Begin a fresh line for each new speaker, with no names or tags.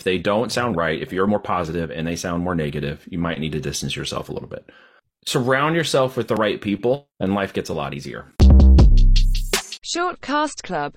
If they don't sound right, if you're more positive and they sound more negative, you might need to distance yourself a little bit. Surround yourself with the right people, and life gets a lot easier.
Shortcast Club.